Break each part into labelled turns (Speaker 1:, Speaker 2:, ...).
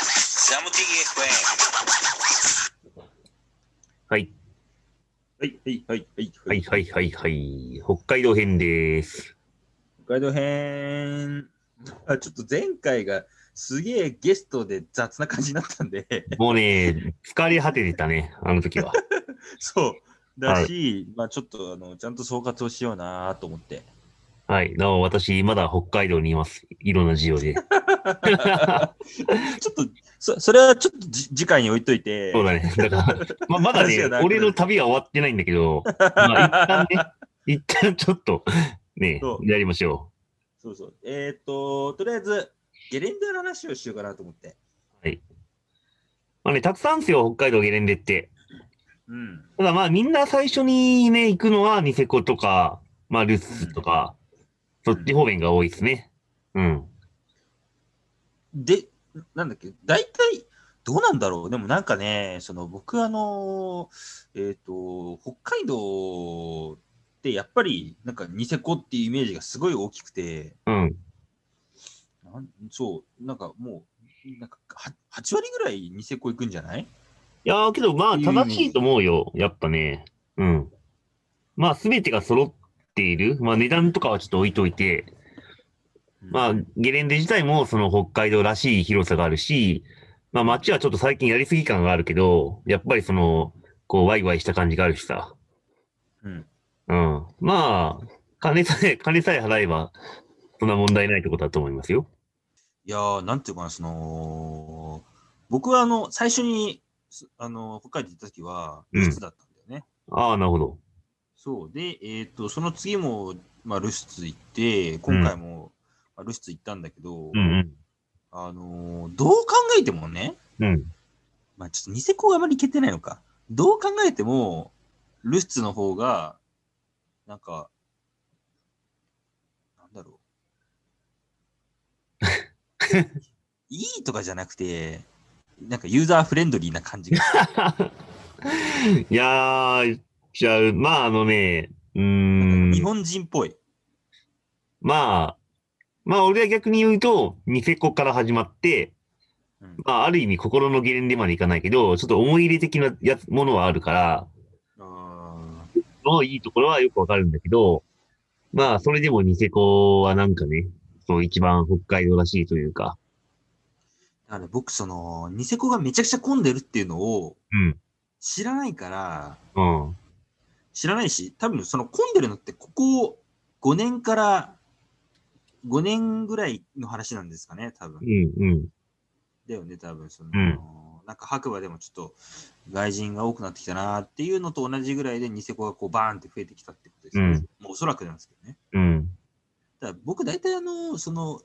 Speaker 1: Yamuti FM。
Speaker 2: はい。
Speaker 3: はい、はい、はい、はい。
Speaker 2: はいはいはいはい。北海道 編です。
Speaker 3: 北海道編。あちょっと前回がすげえゲストで雑な感じになったんで、
Speaker 2: もうね、疲れ果ててたね、あの時は。
Speaker 3: そう。だし、まあちょっとあのちゃんと総括をしようなと思って。
Speaker 2: はい。なお、私、まだ北海道にいます。いろんな事情で。そ
Speaker 3: ちょっと、そそれはちょっとじ次回に置いといて、
Speaker 2: うだね。だから、ままだ
Speaker 3: 話
Speaker 2: ね
Speaker 3: が長くな、る
Speaker 2: 俺の旅は終わってないんだけど、まあ、一旦ね、一旦ちょっと、ね
Speaker 3: そ、う
Speaker 2: やりましょ
Speaker 3: そうそう。えっ、と、とりあえず、ゲレンデの話をしようかなと思って。
Speaker 2: う。まあね、たくさんですよ、北海道ゲレンデって。
Speaker 3: うん。
Speaker 2: ただまあ、みんな最初にね、行くのはニセコとか、まあ、ルスとか、そっち方面が多いですね。うん。
Speaker 3: で、なんだっけ、大体、どうなんだろうでもなんかね、その僕、あのえっ、と、北海道ってやっぱり、なんかニセコっていうイメージがすごい大きくて、
Speaker 2: うん。
Speaker 3: なんそう、なんかもう、なんかは8割ぐらいニセコ行くんじゃない
Speaker 2: いやーけど、まあ、
Speaker 3: いいイメー
Speaker 2: 正
Speaker 3: ジ
Speaker 2: しいと思うよ。やっぱね。うん。まあ、すべてが揃っている。まあ、値段とかはちょっと置いといて。まあ、ゲレンデ自体も、その北海道らしい広さがあるし、まあ、街はちょっと最近やりすぎ感があるけど、やっぱりその、こう、ワイワイした感じがあるしさ。
Speaker 3: うん。
Speaker 2: うん。まあ、金さえ、 金さえ払えば、そんな問題ないってことだと思いますよ。
Speaker 3: いやー、なんていうかな、その、僕はあの、最初に、すあの、北海道行った時は、
Speaker 2: うん
Speaker 3: ルスだったんだよね。
Speaker 2: ああ、なるほど。
Speaker 3: そう。で、えっ、と、その次も、まあ、ルスツ行って、今回も、まあ、ルスツ行ったんだけど、
Speaker 2: うん
Speaker 3: あのーどう考えてもね、
Speaker 2: うん。うん。
Speaker 3: まあ、ちょっとニセコがあまり行けてないのか。どう考えても、ルスツの方が、なんか、なんだろ う。いいとかじゃなくて、なんかユーザーフレンドリーな感じが。
Speaker 2: いやー、じゃあ、まあ、あのね、うーん。
Speaker 3: 日本人っぽい。
Speaker 2: まあ、まあ俺は逆に言うと、ニセコから始まって、
Speaker 3: うん
Speaker 2: まあある意味心のゲレンデまでいかないけど、ちょっと思い入れ的なやつものはあるから、
Speaker 3: あ
Speaker 2: のいいところはよくわかるんだけど、まあそれでもニセコはなんかね、そう一番北海道らしいというか、
Speaker 3: ーだから僕、その、ニセコがめちゃくちゃ混んでるっていうのを
Speaker 2: うん、
Speaker 3: 知らないから、
Speaker 2: うん、
Speaker 3: 知らないし、多分その混んでるのってここ5年から5年ぐらいの話なんですかね、多
Speaker 2: う
Speaker 3: 分。
Speaker 2: ん、うん、
Speaker 3: だよね、多分その、
Speaker 2: うん
Speaker 3: なんか白馬でもちょっと外人が多くなってきたなっていうのと同じぐらいでニセコがこうバーンって増えてきたってことですよね。
Speaker 2: うん
Speaker 3: もうおそらくなんですけどね。
Speaker 2: うん、
Speaker 3: だから僕大体あの、その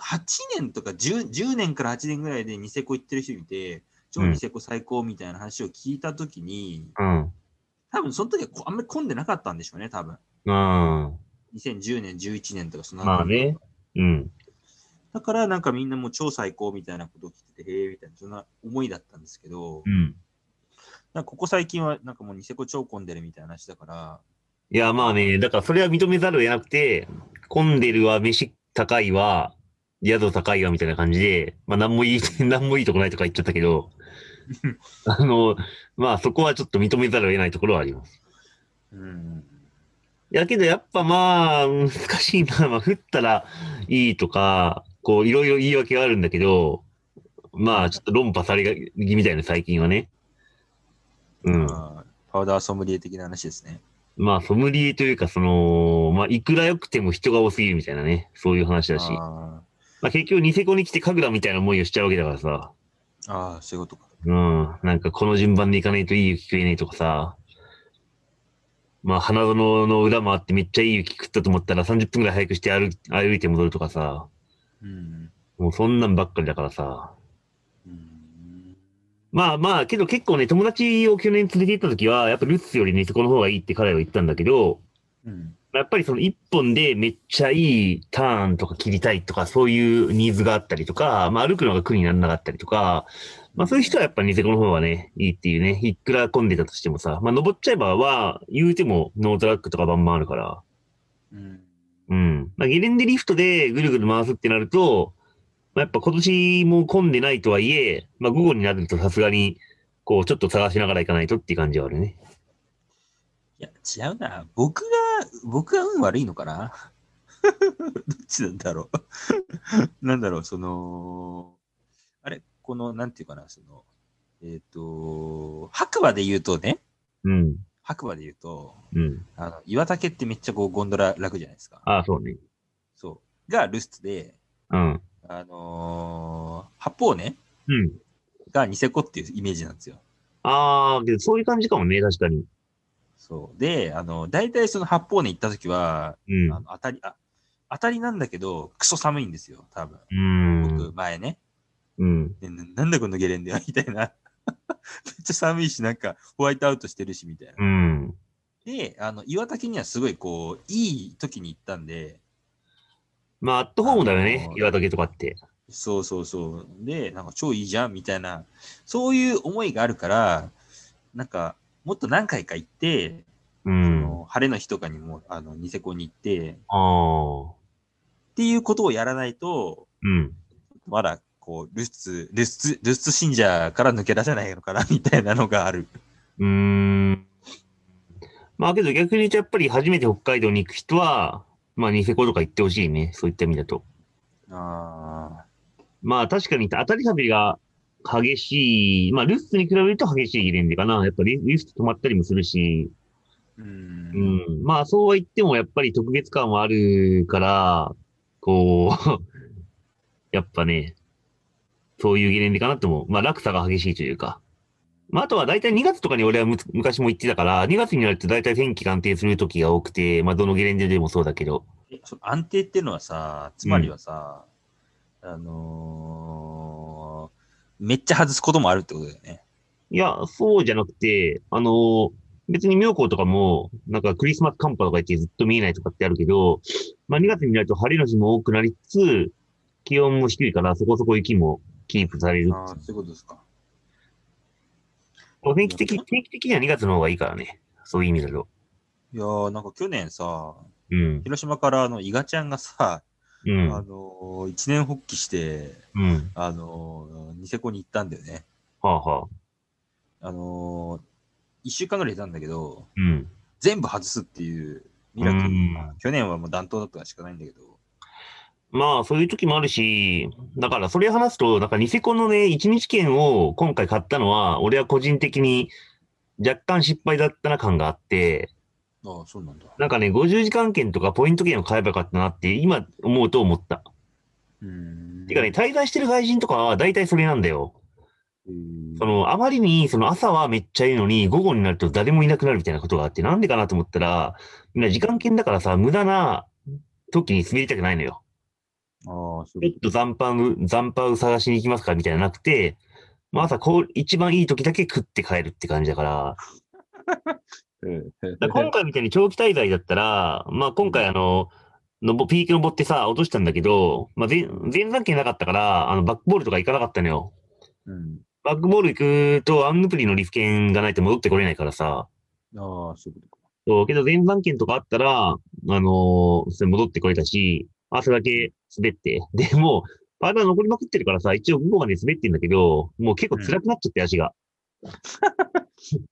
Speaker 3: 8年とか 10, 10年から8年ぐらいでニセコ行ってる人いて、超ニセコ最高みたいな話を聞いたときに、
Speaker 2: うん、
Speaker 3: 多分その時はこあんまり混んでなかったんでしょうね、多分。
Speaker 2: うん、
Speaker 3: 2010年、11年とかその
Speaker 2: まあね、うん、
Speaker 3: だからなんかみんなもう超最高みたいなことを聞いてて、へえみたいな、そんな思いだったんですけど、
Speaker 2: うん。
Speaker 3: なんかここ最近はなんかもうニセコ超混んでるみたいな話だから、
Speaker 2: いや、まあね、だからそれは認めざるを得なくて、混んでるわ、飯高いわ、宿高いわ、みたいな感じで、まあ何もいい、 何もいいとこないとか言っちゃったけど、あの、まあそこはちょっと認めざるを得ないところはあります。
Speaker 3: うん。
Speaker 2: いやけどやっぱまあ、難しいな。まあ降ったらいいとか、こういろいろ言い訳はあるんだけど、まあちょっと論破され気みたいな最近はね。うん。
Speaker 3: まあパウダーソムリエ的な話ですね。
Speaker 2: まあソムリエというか、その、まあいくら良くても人が多すぎるみたいなね、そういう話だし。
Speaker 3: あ
Speaker 2: まあ、結局、ニセコに来て神楽みたいな思いをしちゃうわけだからさ。
Speaker 3: ーあー、そういうことか。
Speaker 2: うん。なんか、この順番で行かないといい雪食えねえとかさ。まあ、花園の裏回ってめっちゃいい雪食ったと思ったら30分ぐらい早くして歩歩いて戻るとかさ。
Speaker 3: うん。
Speaker 2: もうそんなんばっかりだからさ。
Speaker 3: うん
Speaker 2: まあまあ、けど結構ね、友達を去年連れて行った時は、やっぱルッツよりニセコの方がいいって彼は言ったんだけど、
Speaker 3: うん。
Speaker 2: やっぱりその一本でめっちゃいいターンとか切りたいとか、そういうニーズがあったりとか、まあ歩くのが苦にならなかったりとか、まあそういう人はやっぱニセコの方がね、いいっていうね、いくら混んでたとしてもさ、まあ登っちゃえばは、言うてもノートラックとかバンバンあるから、
Speaker 3: うん。
Speaker 2: うん。まあゲレンデリフトでぐるぐる回すってなると、まあ、やっぱ今年も混んでないとはいえ、まあ、午後になるとさすがに、こう、ちょっと探しながら行かないとっていう感じはあるね。
Speaker 3: いや、違うな。僕が、僕が運悪いのかな どっちなんだろう なんだろう、その、あれ、この、なんていうかな、その、えっ、と、白馬で言うとね、
Speaker 2: うん。
Speaker 3: 白馬で言うと、
Speaker 2: うん。
Speaker 3: あの岩竹ってめっちゃこうゴンドラ楽じゃないですか。
Speaker 2: ああ、そうね。
Speaker 3: そう。がルストで、
Speaker 2: うん。
Speaker 3: あのー、八方ね、
Speaker 2: うん。
Speaker 3: がニセコっていうイメージなんですよ。
Speaker 2: ああ、けどそういう感じかもね、確かに。
Speaker 3: そう。で、あの、大体その八方ね行った時は、
Speaker 2: うん。
Speaker 3: あの当たり、あ、当たりなんだけど、クソ寒いんですよ、多分。
Speaker 2: うーん
Speaker 3: 僕、。前ね。
Speaker 2: うん。
Speaker 3: でななんだこのゲレンデは、みたいな。 めっちゃ寒いし、なんか、ホワイトアウトしてるし、みたいな。
Speaker 2: うん。
Speaker 3: で、あの、岩竹にはすごい、こう、いい時に行ったんで、
Speaker 2: まあ、アットホームだよ
Speaker 3: あ
Speaker 2: ね、
Speaker 3: のー
Speaker 2: 岩竹とかって。
Speaker 3: そうそうそう。で、なんか超いいじゃんみたいな、そういう思いがあるから、なんか、もっと何回か行って、そ
Speaker 2: うん。
Speaker 3: の晴れの日とかにも、あの、ニセコに行って、っ
Speaker 2: ああ。
Speaker 3: ていうことをやらないと、
Speaker 2: うん。
Speaker 3: まだ、こう、ルスツ、ルスツ、ルスツ信者から抜け出せないのかな、みたいなのがある。
Speaker 2: うーん。まあ、けど逆に言うと、やっぱり初めて北海道に行く人は、まあ、ニセコとか行ってほしいね。そういった意味だと。
Speaker 3: ああ。
Speaker 2: まあ、確かに当たり旅が激しい。まあ、ルスツに比べると激しいゲレンデかな。やっぱりルスツ止まったりもするし。
Speaker 3: う。
Speaker 2: うんん。まあ、そうは言っても、やっぱり特別感はあるから、こう、 やっぱね、そういうゲレンデかなと思う。まあ、落差が激しいというか。まあ、あとは大体2月とかに俺はむ昔も行ってたから、2月になると大体天気が安定する時が多くて、まあ、どのゲレンデでもそうだけど。
Speaker 3: えその安定っていうのはさ、つまりはさ、あのーめっちゃ外すこともあるってことだよね。
Speaker 2: いや、そうじゃなくて、あの別に妙高とかも、なんかクリスマス寒波とか言ってずっと見えないとかってあるけど、まあ2月になると晴れの日も多くなりつつ、気温も低いからそこそこ雪もキープされる。
Speaker 3: ああ、そういうことですか。
Speaker 2: お天気的、天気的には2月の方がいいからね。そういう意味だと。
Speaker 3: いやー、なんか去年さ、
Speaker 2: うん。
Speaker 3: 広島からあの、伊賀ちゃんがさ、
Speaker 2: う
Speaker 3: あ
Speaker 2: ん。
Speaker 3: のー一年発起して、
Speaker 2: うん。
Speaker 3: あのーニセコに行ったんだよね。
Speaker 2: はあはあ。
Speaker 3: あのー一週間ぐらいいたんだけど、
Speaker 2: うん。
Speaker 3: 全部外すっていうミラクル
Speaker 2: うん。
Speaker 3: まあ去年はもう暖冬だったからしかないんだけど。
Speaker 2: まあ、そういう時もあるし、だから、それ話すと、なんか、ニセコのね、一日券を今回買ったのは、俺は個人的に若干失敗だったな感があって、
Speaker 3: ああ、そうなんだ。
Speaker 2: なんかね、50時間券とかポイント券を買えばよかったなって、今思うと思った。
Speaker 3: うーん。
Speaker 2: てかね、滞在してる外人とかは大体それなんだよ。
Speaker 3: うーん
Speaker 2: その、あまりに、その朝はめっちゃいいのに、午後になると誰もいなくなるみたいなことがあって、なんでかなと思ったら、みんな時間券だからさ、無駄な時に滑りたくないのよ。
Speaker 3: ああ、そう
Speaker 2: ちょっと残飯、残飯探しに行きますかみたいなのなくて、まあ朝こう、一番いい時だけ食って帰るって感じだから、だから今回みたいに長期滞在だったら、まあ今回あの、のぼピーク登ってさ、落としたんだけど、まあ前、前山券なかったから、あの、バックボールとか行かなかったのよ。
Speaker 3: うん。
Speaker 2: バックボール行くと、アンヌプリのリフ券がないと戻ってこれないからさ、
Speaker 3: ああ、そういうことか。
Speaker 2: そう、けど前山券とかあったら、あのーそれ戻ってこれたし、朝だけ滑って。でも、体残りまくってるからさ、一応午後まで滑ってんだけど、もう結構辛くなっちゃって、足が。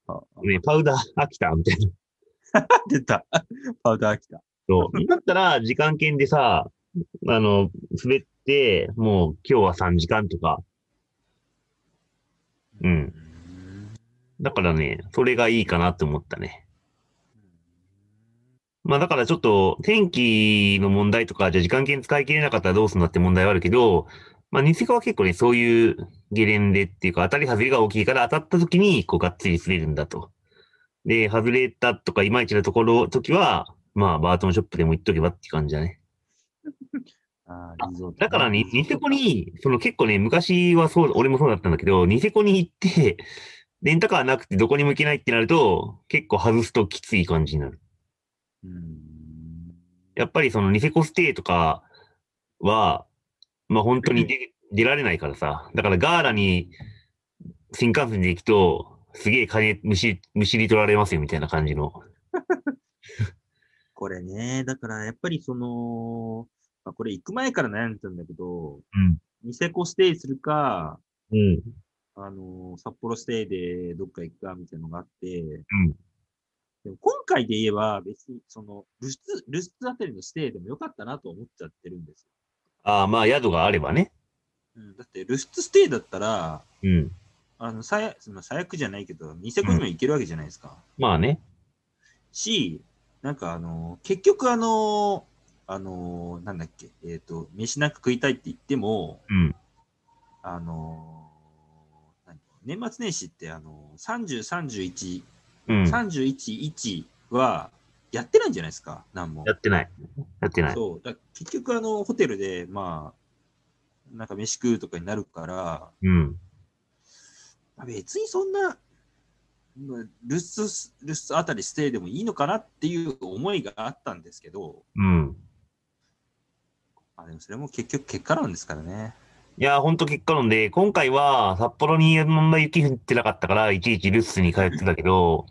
Speaker 3: ああ
Speaker 2: ね、パウダー飽きた、みたいな。
Speaker 3: 出た。パウダー来た。
Speaker 2: そう。だったら、時間券でさ、あの、滑って、もう今日は3時間とか。う。
Speaker 3: うんん。
Speaker 2: だからね、それがいいかなって思ったね。まあだからちょっと天気の問題とか、じゃあ時間券使い切れなかったらどうするんだって問題はあるけど、まあニセコは結構ね、そういうゲレンデっていうか、当たり外れが大きいから当たった時に、こうがっつり滑るんだと。で、外れたとかいまいちなところ、時は、まあバートンショップでも行っとけばって感じだね。
Speaker 3: ああ、リゾート
Speaker 2: だからね、ニセコ、に、その結構ね、昔はそう、俺もそうだったんだけど、ニセコに行って、 レンタカーなくてどこにも行けないってなると、結構外すときつい感じになる。
Speaker 3: うん。
Speaker 2: やっぱりそのニセコステイとかは、まあ本当に出出られないからさ。だからガーラに新幹線で行くと、すげえ金むし、むしり取られますよみたいな感じの。
Speaker 3: これね、だからやっぱりその、まあ、これ行く前から悩んでたんだけど、
Speaker 2: うん
Speaker 3: ニセコステイするか、
Speaker 2: うん。
Speaker 3: あのー札幌ステイでどっか行くかみたいなのがあって、
Speaker 2: ん
Speaker 3: でも今回で言えば別に、その、ルスツ、ルスツあたりのステイでもよかったなと思っちゃってるんです
Speaker 2: ああ、まあ、宿があればね。
Speaker 3: よ。うん、だって、ルスツステイだったら、
Speaker 2: うん。
Speaker 3: あの、最悪、まあ最悪じゃないけど、ニセコにも行けるわけじゃないですか。
Speaker 2: まあね。
Speaker 3: し、なんかあのー結局あのーあのーなんだっけ、えっ、と、飯なんか食いたいって言っても、
Speaker 2: うん。
Speaker 3: あのー何年末年始って、あのー、30、
Speaker 2: うん。
Speaker 3: 31、
Speaker 2: や
Speaker 3: 311はやってないんじゃないですか、なんも。
Speaker 2: ってない。やってない。
Speaker 3: そう。だ結局、あの、ホテルで、まあ、なんか飯食うとかになるから、
Speaker 2: うん。
Speaker 3: まあ別にそんな、まあルスス、ルスあたりステイでもいいのかなっていう思いがあったんですけど、
Speaker 2: うん。
Speaker 3: あでもそれも結局結果論ですからね。
Speaker 2: いやー、ほんと結果論で、今回は札幌にあんま雪降ってなかったから、いちいち留守に通ってたけど、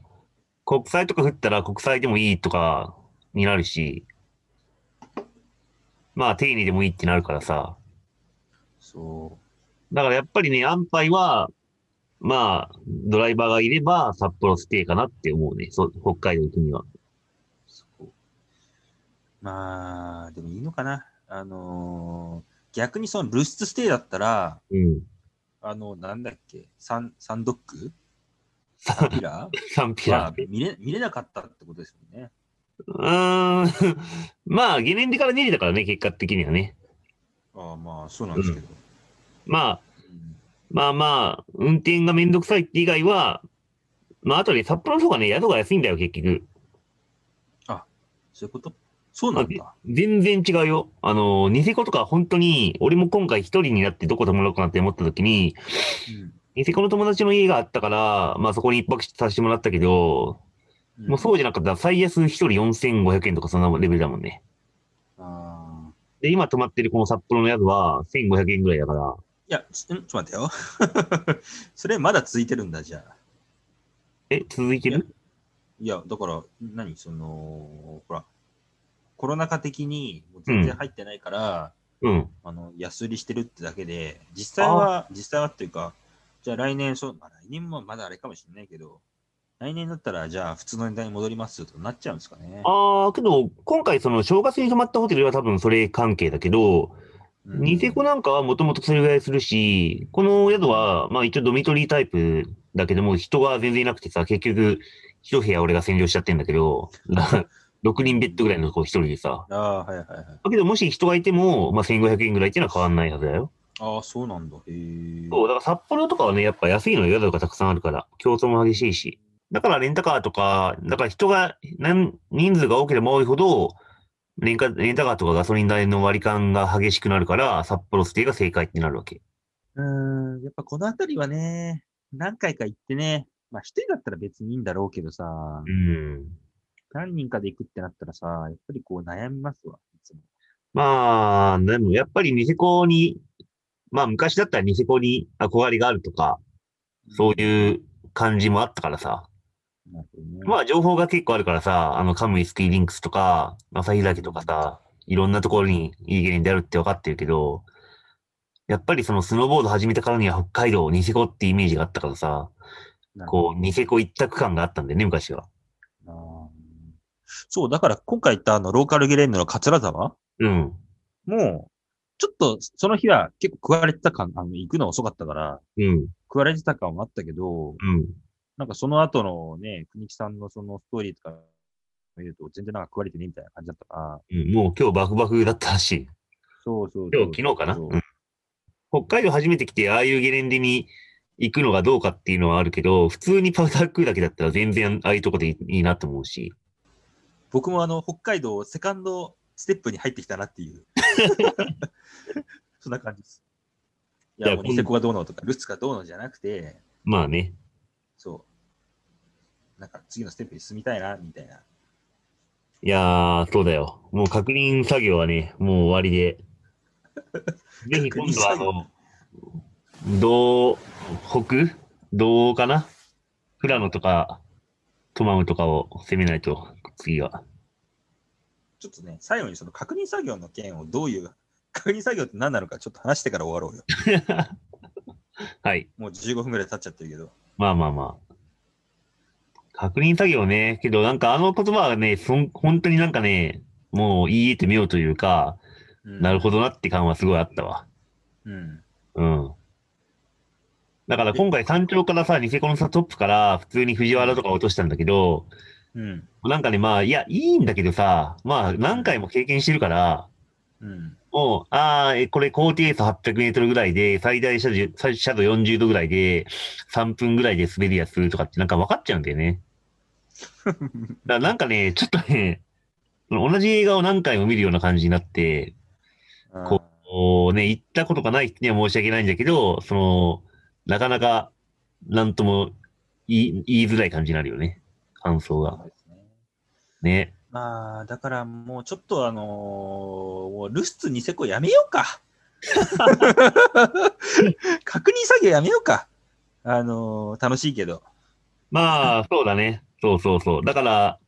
Speaker 2: 国際とか降ったら国際でもいいとかになるし、まあ、定にでもいいってなるからさ。
Speaker 3: そ
Speaker 2: だからやっぱりね、安牌は、まあ、ドライバーがいれば札幌ステイかなって思うね。そう北海道行くには。
Speaker 3: う。そうまあ、でもいいのかな。あのー逆にそのルスステイだったら、
Speaker 2: うん。
Speaker 3: あの、なんだっけ、サン、サンドック
Speaker 2: サ
Speaker 3: ピ ラ
Speaker 2: サン
Speaker 3: ー
Speaker 2: ピラ
Speaker 3: は見れ見れなかったってことですよね。
Speaker 2: うーん。 まあ、ゲレンデから2里だからね、結果的にはね。
Speaker 3: ああ、まあ、そうなんですけど。
Speaker 2: まあ、
Speaker 3: うん
Speaker 2: まあまあ、運転がめんどくさいって以外は、まあ、あとね、札幌の方がね、宿が安いんだよ、結局。
Speaker 3: そういうことそうなんだ。
Speaker 2: 全然違うよ。あの、ニセコとか本当に、俺も今回一人になってどこ泊まろうかなって思った時に、ニセコの友達の家があったから、まあそこに一泊させてもらったけど、
Speaker 3: うん
Speaker 2: もうそうじゃなかったら最安一人4500円とかそんなレベルだもんね。
Speaker 3: うん。ああ。
Speaker 2: で、今泊まってるこの札幌の宿は1500円ぐらいだから、
Speaker 3: いや、ちんちょっと待ってよ。 それまだ続いてるんだ、じゃあ。
Speaker 2: え、続いてる
Speaker 3: いや、だから、何その、ほら、コロナ禍的にもう全然入ってないから、
Speaker 2: うん。
Speaker 3: あの安売りしてるってだけで、実際は、実際はっていうか、じゃあ来年、そうまあ、来年もまだあれかもしれないけど、来年だったら、じゃあ普通の値段に戻りますよとなっちゃうんですかね。
Speaker 2: ああ、けど、今回その正月に泊まったホテルは多分それ関係だけど、
Speaker 3: うん
Speaker 2: ニセコなんかはもともとそれぐらいするし、この宿は、まあ一応ドミトリータイプだけども、人が全然いなくてさ、結局、一部屋俺が占領しちゃってんだけど、6人ベッドぐらいの子一人でさ。
Speaker 3: ああ、はいはいはい。
Speaker 2: だけどもし人がいても、まあ1500円ぐらいっていうのは変わんないはずだよ。
Speaker 3: ああ、そうなんだ。へえ。
Speaker 2: そう、だから札幌とかはね、やっぱ安いのよ宿がたくさんあるから、競争も激しいし。だからレンタカーとか、だから人が、なん人数が多ければ多いほど、レンカレンタカーとかガソリン代の割り勘が激しくなるから、札幌ステイが正解ってなるわけ。
Speaker 3: うーん、やっぱこの辺りはね、何回か行ってね、まあ一人だったら別にいいんだろうけどさ
Speaker 2: う、ん。
Speaker 3: 何人かで行くってなったらさ、やっぱりこう悩みますわ、いつも。
Speaker 2: まあ、でもやっぱりニセコに、まあ昔だったらニセコに憧れがあるとか、そういう感じもあったからさ。
Speaker 3: なるほどね。
Speaker 2: まあ情報が結構あるからさ、あのカムイスキーリンクスとか、旭岳とかさ、いろんなところにいいゲレンであるって分かってるけど、やっぱりそのスノーボード始めたからには北海道、ニセコってイメージがあったからさ、
Speaker 3: なるほど
Speaker 2: こう、ニセコ一択感があったんだよね、昔は。
Speaker 3: なあそう、だから今回行ったあの、ローカルゲレンデの桂沢
Speaker 2: うん。
Speaker 3: もう、ちょっとその日は結構食われてた感、あの、行くの遅かったから、
Speaker 2: うん。
Speaker 3: 食われてた感もあったけど、
Speaker 2: うん。
Speaker 3: なんかその後のね、国木さんのそのストーリーとか見ると全然なんか食われてねえみたいな感じだったから、
Speaker 2: うんもう今日バフバフだったらしい。
Speaker 3: そうそう
Speaker 2: 今日、昨日かな、うん北海道初めて来て、ああいうゲレンデに行くのがどうかっていうのはあるけど、普通にパウダー食うだけだったら全然ああいうとこでいいいいなと思うし。
Speaker 3: 僕もあの、北海道セカンドステップに入ってきたなって いう。そんな感じです。い
Speaker 2: い
Speaker 3: や、
Speaker 2: や
Speaker 3: もうニセコがどうのとか、ルッツがどうのじゃなくて、
Speaker 2: まあね。
Speaker 3: そう。なんか次のステップに進みたいな、みたいな。
Speaker 2: いやー、そうだよ。もう確認作業はね、もう終わりで。ぜひ今度はあの、道北道かな富良野とかトマムとかを攻めないと、次は。
Speaker 3: ちょっとね、最後にその確認作業の件をどういう 確認作業って何なのかちょっと話してから終わろうよ。
Speaker 2: はい。
Speaker 3: もう15分ぐらい経っちゃってるけど。
Speaker 2: まあまあまあ。確認作業ね。けどなんかあの言葉はね、そん本当になんかね、もう言い得てみようというか、
Speaker 3: うん
Speaker 2: なるほどなって感はすごいあったわ。
Speaker 3: うん。
Speaker 2: うん。だから今回山頂からさ、ニセコのさ、トップから普通に藤原とか落としたんだけど、
Speaker 3: うん。
Speaker 2: なんかね、まあ、いや、いいんだけどさ、まあ、何回も経験してるから、
Speaker 3: うん。
Speaker 2: もう、ああ、えこれ高低差800メートルぐらいで、最大車度最車度40度ぐらいで、3分ぐらいで滑りやするとかってなんか分かっちゃうんだよね。だからなんかね、ちょっとね、その同じ映画を何回も見るような感じになって、ここうね、行ったことがない人には申し訳ないんだけど、その、なかなか、なんとも言い言いづらい感じになるよね。感想
Speaker 3: うん
Speaker 2: が。
Speaker 3: そうですね
Speaker 2: ね。
Speaker 3: まあ、だからもうちょっとあのーもうルスツニセコやめよう か。確認作業やめようか。あのー楽しいけど。
Speaker 2: まあ、そうだね。そうそうそう。だから、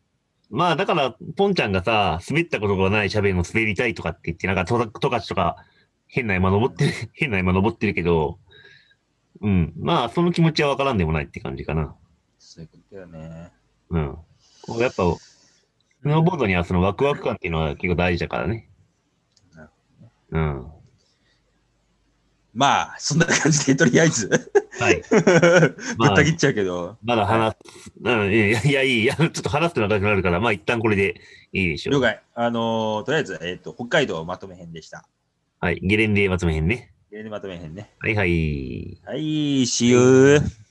Speaker 2: まあ、だから、ポンちゃんがさ、滑ったことがない喋りも滑りたいとかって言って、なんか、トトカチとか、変な山登ってる、 変な山登ってるけど、うん。まあ、その気持ちはわからんでもないって感じかな。
Speaker 3: そういうことだよね。
Speaker 2: うん。こうやっぱ、スノーボードにはそのワクワク感っていうのは結構大事だからね。
Speaker 3: なる
Speaker 2: うん。
Speaker 3: まあ、そんな感じでとりあえず。
Speaker 2: はい。
Speaker 3: ぶった切っちゃうけど、
Speaker 2: まだ話す、うん、いや、いや、いいいや、ちょっと話すと長くなるから、まあ一旦これでいいでしょ
Speaker 3: 了
Speaker 2: う。
Speaker 3: 解。あのーとりあえず、えっ、と、北海道まとめ編でした。
Speaker 2: はい。ゲレンデまとめ編ね。
Speaker 3: ゲレンデまとめ編ね。
Speaker 2: はいはい。
Speaker 3: はい、See you!